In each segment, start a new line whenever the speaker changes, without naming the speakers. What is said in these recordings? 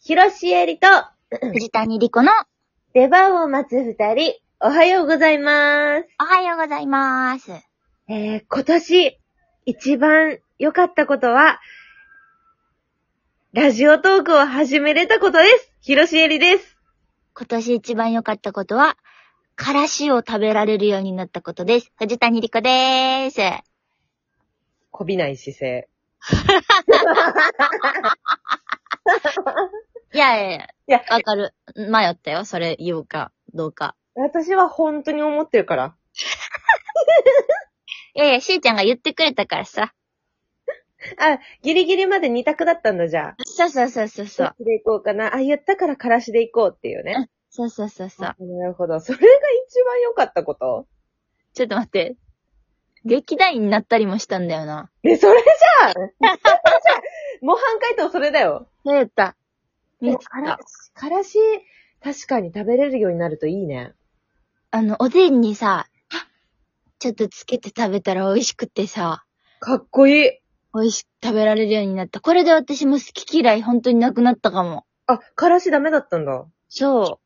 広しえりと、
藤谷莉子の、
出番を待つ二人、おはようございます。
おはようございます。
えー、今年、一番良かったことは、ラジオトークを始めれたことです。広しえりです。
今年一番良かったことは、からしを食べられるようになったことです。藤谷莉子でーす。
こびない姿勢。
いやいやい
いや
や、わかる。迷ったよ。それ言うか、どうか。
私は本当に思ってるから。
いやいや、しーちゃんが言ってくれたからさ。
あ、ギリギリまで二択だったんだ、じゃあ。
そうそうそうそうそう。
で行こうかな。あ、言ったからからしで行こうっていうね。
そうそうそうそう。
なるほど。それが一番良かったこと
ちょっと待って。劇団員になったりもしたんだよな。
ね、それじゃんそれじゃん模範解答それだよ。
そうやった。見つ
でも
か
からし、からし、確かに食べれるようになるといいね。
あの、おでんにさ、ちょっとつけて食べたら美味しくてさ、
かっこいい。
美味しく食べられるようになった。これで私も好き嫌い本当になくなったかも。
あ、からしダメだったんだ。
そう。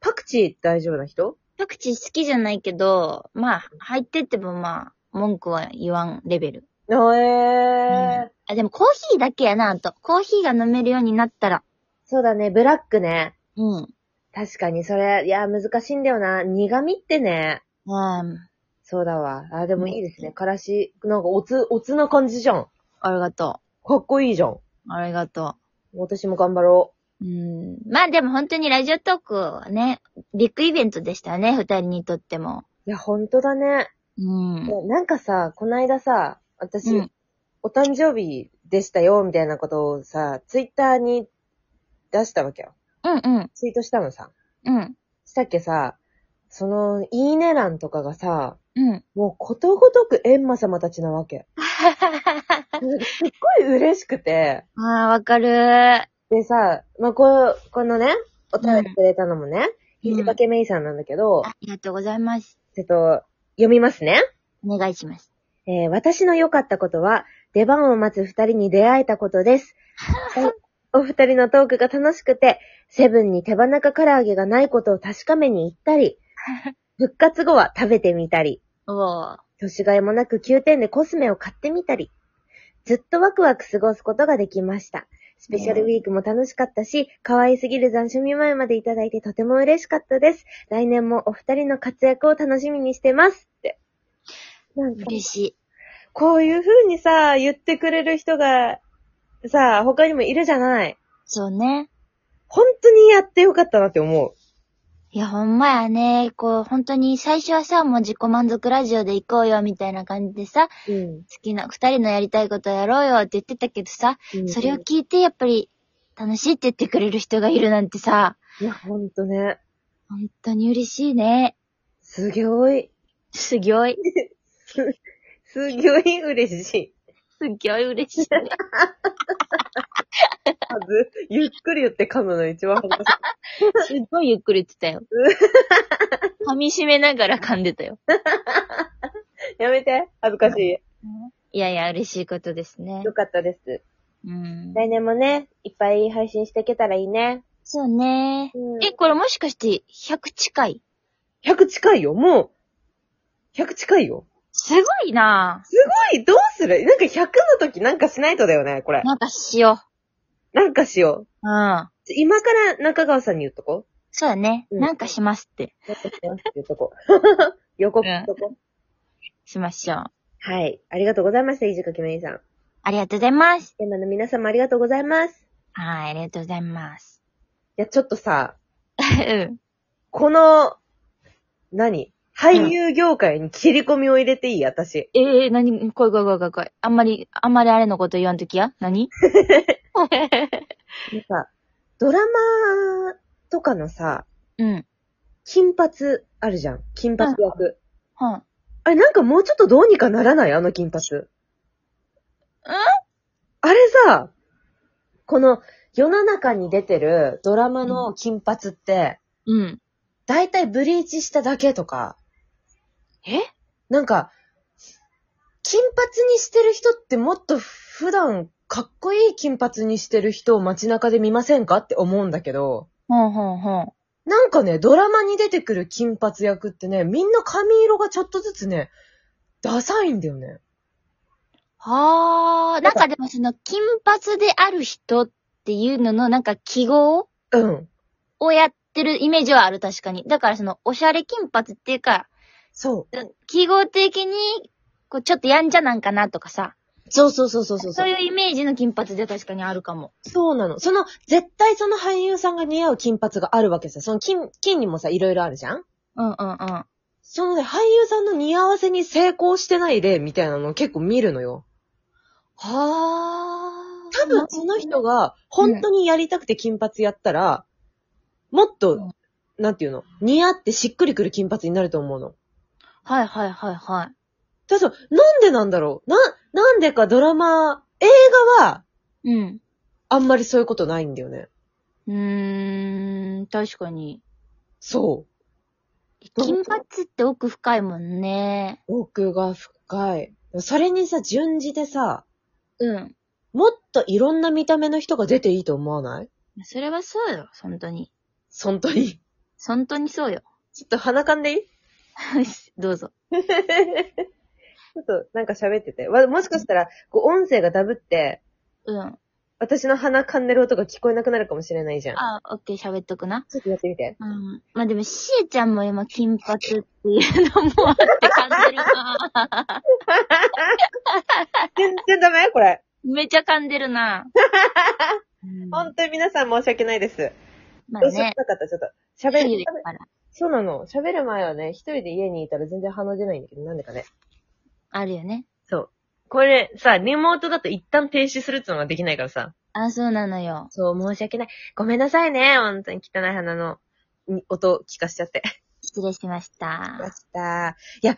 パクチー大丈夫な人
パクチー好きじゃないけど、まあ、入ってってもまあ、文句は言わんレベル。
え
うんあ、でもコーヒーだけやな、あと。コーヒーが飲めるようになったら。
そうだね、ブラックね。
うん。
確かにそれ、いや、難しいんだよな。苦味ってね。
うん。
そうだわ。あ、でもいいですね。からし、なんかおつ、おつな感じじゃん。
ありがと
かっこいいじゃん。
う。ありがと
私も頑張ろ
う。うん。まあでも本当にラジオトークはね、ビッグイベントでしたよね、二人にとっても。
う。いや、ほんとだね。
うん。
ねなんかさ、こないださ、私、
うん
お誕生日でしたよ、みたいなことをさ、ツイッターに出したわけよ。
うんうん。
ツイートしたのさ。
うん。
したっけさ、その、いいね欄とかがさ、
うん。
もうことごとくエンマ様たちなわけ。なんかすっごい嬉しくて。
ああ、わかるー。
でさ、まあ、こう、このね、お便りくれたのもね、
うん
ひじばけめいさんなんだけど、
ありがとうございます。
ちょっと、読みますね。
お願いします。
えー私の良かったことは、出番を待つ二人に出会えたことです。おお二人のトークが楽しくて、セブンに手羽中唐揚げがないことを確かめに行ったり、復活後は食べてみたり、
おー。
年がいもなく9点でコスメを買ってみたり、ずっとワクワク過ごすことができました。スペシャルウィークも楽しかったし、可愛すぎる残暑見舞いまでいただいてとても嬉しかったです。来年もお二人の活躍を楽しみにしてます。って。なんか
嬉しい。
こういう風にさ、言ってくれる人が、さ、他にもいるじゃない。
そうね。
本当にやってよかったなって思う。
いや、ほんまやね。こう、本当に最初はさ、もう自己満足ラジオで行こうよ、みたいな感じでさ、
うん。
好きな、二人のやりたいことやろうよって言ってたけどさ、それを聞いて、やっぱり、楽しいって言ってくれる人がいるなんてさ、
いや、ほんとね。
本当に嬉しいね。
すげおい。
すぎょい。
すげおい嬉しい。
すぎょい嬉しい。
まず、ゆっくり言って噛むの一番恥ずかしい。
すっごいゆっくり言ってたよ。 噛み締めながら噛んでたよ。
やめて。恥ずかしい。
いやいや、嬉しいことですね
よ。かったです。
うん。
来年もね、いっぱい配信していけたらいいね。
そうね。え、これもしかして、100近い
100近いよ。もう、100近いよ。
すごいな
はい、どうするなんか100の時なんかしないとだよね、これ
ぁ。なんかしよ
なんかしよう。
う。うん。
今から中川さんに言っと こ
そうだね。
うん
なんかしますって。
う。言っとこう。予告しとこう。
しましょう。
はい。ありがとうございました、いじかきめいさん。
ありがとうございます。
現場の皆様ありがとうございます。
はい、ありがとうございます。
いや、ちょっとさ、
うん。
この、何俳優業界に切り込みを入れていい私。
ええー、なに、怖い怖い怖い怖い怖い。あんまり、あんまりあれのこと言わんときや 何
なんか、ドラマとかのさ、
うん。
金髪あるじゃん。金髪役。
はん。
あれ、なんかもうちょっとどうにかならないあの金髪。んあれさ、この世の中に出てるドラマの金髪って、
うん。
だいたいブリーチしただけとか、
え
なんか、綺金髪にしてる人ってもっと普段かっこいい金髪にしてる人を街中で見ませんかって思うんだけど、
ほんほんほん。
なんかね、ドラマに出てくる金髪役ってね、みんな髪色がちょっとずつね、ダサいんだよね。
は
な
あ、なんん
か
かでもその、金髪である人っていうのの、なんか記号
うん。
をやってるイメージはある、確かに。だからその、おしゃれ金髪っていうか、
そう。
記号的に、こう、ちょっとやんちゃなんかなとかさ、
そうそうそうそうそう
そういうイメージの金髪で確かにあるかも。
そうなの。その、絶対その俳優さんが似合う金髪があるわけさ。その金、金にもさ、いろいろあるじゃん
うんうんうん。
そのね、俳優さんの似合わせに成功してない例みたいなのを結構見るのよ。
はあ。
多分その人が本当にやりたくて金髪やったら、もっと、なんていうの、似合ってしっくりくる金髪になると思うの。
はいはいはいはい。
ただそう、なんでなんだろうな、なんでかドラマ、映画は、
うん。
あんまりそういうことないんだよね。
うーん、確かに。
そう。
金髪って奥深いもんね。
奥が深い。それにさ、順次でさ、
うん。
もっといろんな見た目の人が出ていいと思わない
それはそうよ、本当に。
本当に。
本当にそうよ。
ちょっと鼻かんでいい
どうぞ。
ちょっとなんか喋ってて。わもしかしたら、こう音声がダブって、
うん。
私の鼻かんでる音が聞こえなくなるかもしれないじゃん。
あ、オッケー、喋っとくな。
ちょっとやってみて。
うん。まあ、でも、しえちゃんも今、金髪っていうのもあって感じる な。
全然ダメこれ。
めちゃ噛んでるな。うん
本当に皆さん申し訳ないです。
まあ
どうしようも
ね、
なかった、ちょっと。喋
冬
る
だ。から。
そうなの。喋る前はね、一人で家にいたら全然鼻出ないんだけど、なんでかね。
あるよね。
そう。これさ、リモートだと一旦停止するってのができないからさ。
あ、そうなのよ。
そう、申し訳ない。ごめんなさいね。本当に汚い鼻のに音聞かしちゃって。
失礼しまし
ま
た。
した。いや、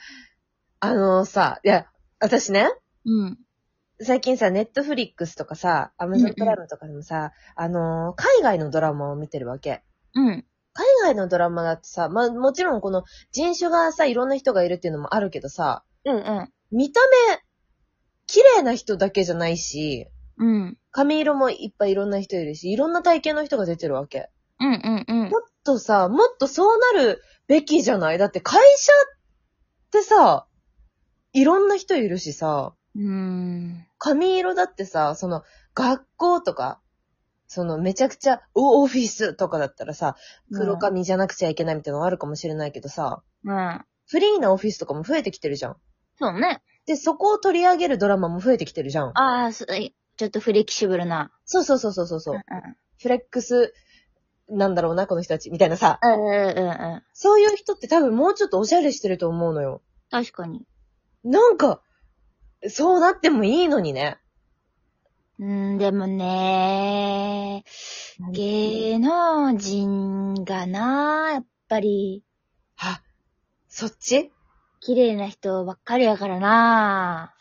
あのさ、いや、私ね、
うん。
最近さ、ネットフリックスとかさ、アマゾンプライムとかでもさ、あのー海外のドラマを見てるわけ。
うん。
海外のドラマだとさ、まあ、もちろんこの人種がさ、いろんな人がいるっていうのもあるけどさ、
うんうん。
見た目、綺麗な人だけじゃないし、
うん。
髪色もいっぱいいろんな人いるし、いろんな体型の人が出てるわけ。
うんうんうん。
もっとさ、もっとそうなるべきじゃないだって会社ってさ、いろんな人いるしさ、
うーん。
髪色だってさ、その学校とか、そのめちゃくちゃおオフィスとかだったらさ、黒髪じゃなくちゃいけないみたいなのがあるかもしれないけどさ、
うん。
フリーなオフィスとかも増えてきてるじゃん。
そうね。
で、そこを取り上げるドラマも増えてきてるじゃん。
ああ、すちょっとフレキシブルな。
そうそうそうそうそうそうう。
んうん
フレックス、なんだろうな、この人たち、みたいなさ。
うんうんうん。
そういう人って多分もうちょっとおしゃれしてると思うのよ。
確かに。
なんか、そうなってもいいのにね。
うーん、でもね
何
芸能人がなやっぱり、
あ、そっち
綺麗な人ばっかりやからな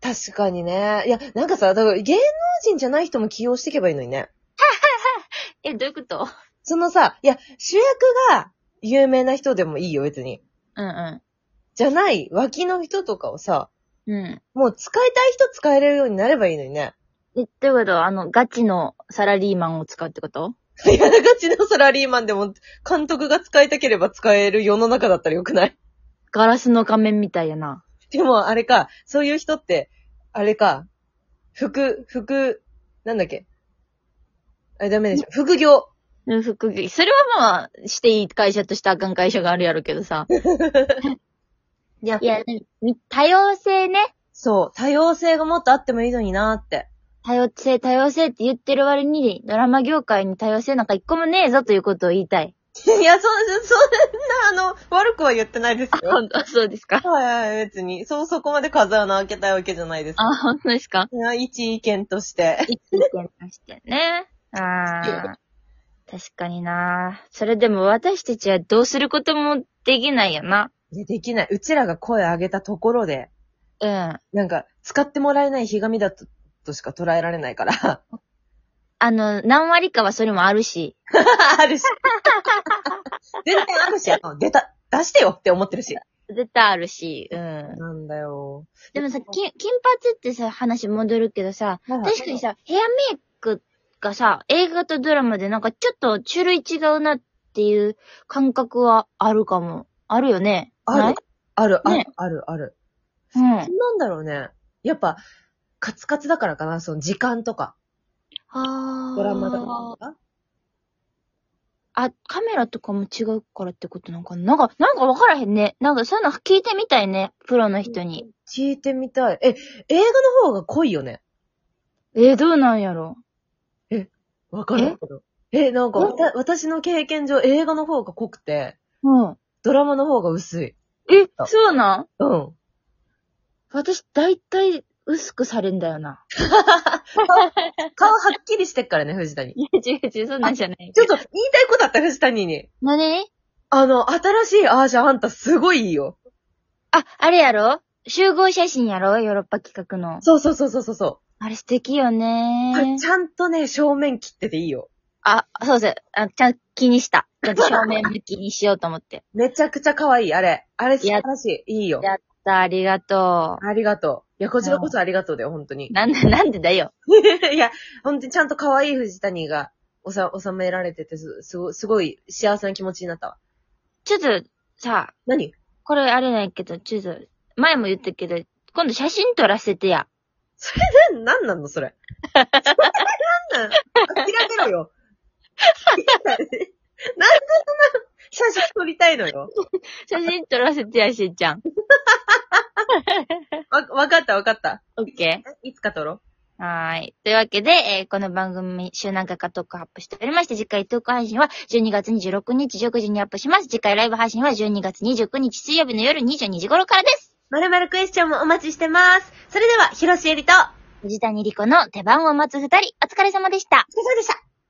確かにね。いや、なんかさ、だから芸能人じゃない人も起用していけばいいのにね。
え、どういうこと
そのさ、いや、主役が有名な人でもいいよ、別に。
うんう
じゃない、脇の人とかをさ、
ん。うん。
もう使いたい人使えれるようになればいいのにね。
え、どういうことあの、ガチのサラリーマンを使うってこと
いや、ガちのサラリーマンでも、監督が使いたければ使える世の中だったらよくない
ガラスの仮面みたいやな。
でも、あれか、そういう人って、あれか、服、服、なんだっけ。あれダメでしょ。副業。
うん副業。それはまあ、していい会社としてあかん会社があるやろうけどさ。
いや
いや、み多様性ね。
そう、多様性がもっとあってもいいのになーって。
多様性、多様性って言ってる割に、ドラマ業界に多様性なんか一個もねえぞということを言いたい。
いや、そんな、そんな、あの、悪くは言ってないですよ。
本当そうですか
はいはい、別に。そう、そこまで風穴開けたいわけじゃないです。
あ、本当ですか
いや一意見として。
一気にしてね。ああ。確かにな。それでも私たちはどうすることもできないよな。
いや、できない。うちらが声上げたところで、
うん。
なんか、使ってもらえないひがみだと、としか捉えられないから。
あの、何割かはそれもあるし。
あるし。全然あるし、あの、出た、出してよって思ってるし。
絶対あるし、うん。
なんだよ。
でもさ、金、金髪ってさ、話戻るけどさ、
はいはい
確かにさ、ヘアメイクがさ、映画とドラマでなんかちょっと種類違うなっていう感覚はあるかも。あるよね。
あ
ない
る、ある、ある
ね、
ある、ある。
うん。
なんだろうね。やっぱ、カツカツだからかな、その時間とか、
あー
ドラマだから。
あ、カメラとかも違うからってことなんかな。なんか、なんかわからへんね。なんかそういうの聞いてみたいね。プロの人に。
聞いてみたい。え、映画の方が濃いよね。
えーどうなんやろ。
わかるけど。え、なんか、わた私の経験上、映画の方が濃くて、
うん。
ドラマの方が薄い。
え、そうなん
うん。
私、だいたい薄くされんだよな。
顔はっきりしてっからね、藤谷。
いや、 違う違う、そんなんじゃない。
ちょっと言いたいことあった、藤谷に。
何
あの、新しいアーシャあんたすごいいいよ。
あ、あれやろ集合写真やろヨーロッパ企画の。
そうそうそうそうそうそ
あれ素敵よ
う、
ね
ちゃんとね、正面切ってていいよ。
あ、そうそう。あ、ちゃんと気にした。ちゃんと正面向きにしようと思って。
めちゃくちゃ可愛い、あれ。あれ素
い
晴
や
らしい。いいよ。
やった、ありがと
ありがとう。いや、こちらこそありがとうだよ、本当に
う。。なんで、なんでだよ。
いや、本当にちゃんと可愛い藤谷が、おさ、収められてて、す、すごすごい幸せな気持ちになったわ。
ちょっと、さ、
何
これあれなんやけど、ちょっと、前も言ったけど、今度写真撮らせてや。
な、なんなんの、それ。 それなんなん諦めろよ。 なんでそんな写真撮りたいのよ。
写真撮らせてや、しーちゃん。
わ、わかったわかった。
オッケ
いつか撮ろう。
ー。はーい。というわけで、えーこの番組、週何回かトークアップしておりまして、次回トーク配信は12月26日19時にアップします。次回ライブ配信は12月29日水曜日の夜22時頃からです。
まるまるクエスチョンもお待ちしてます。それでは、広ロシエリと、
藤谷莉子の出番を待つ二人、お疲れ様でした。
お疲れ様でした。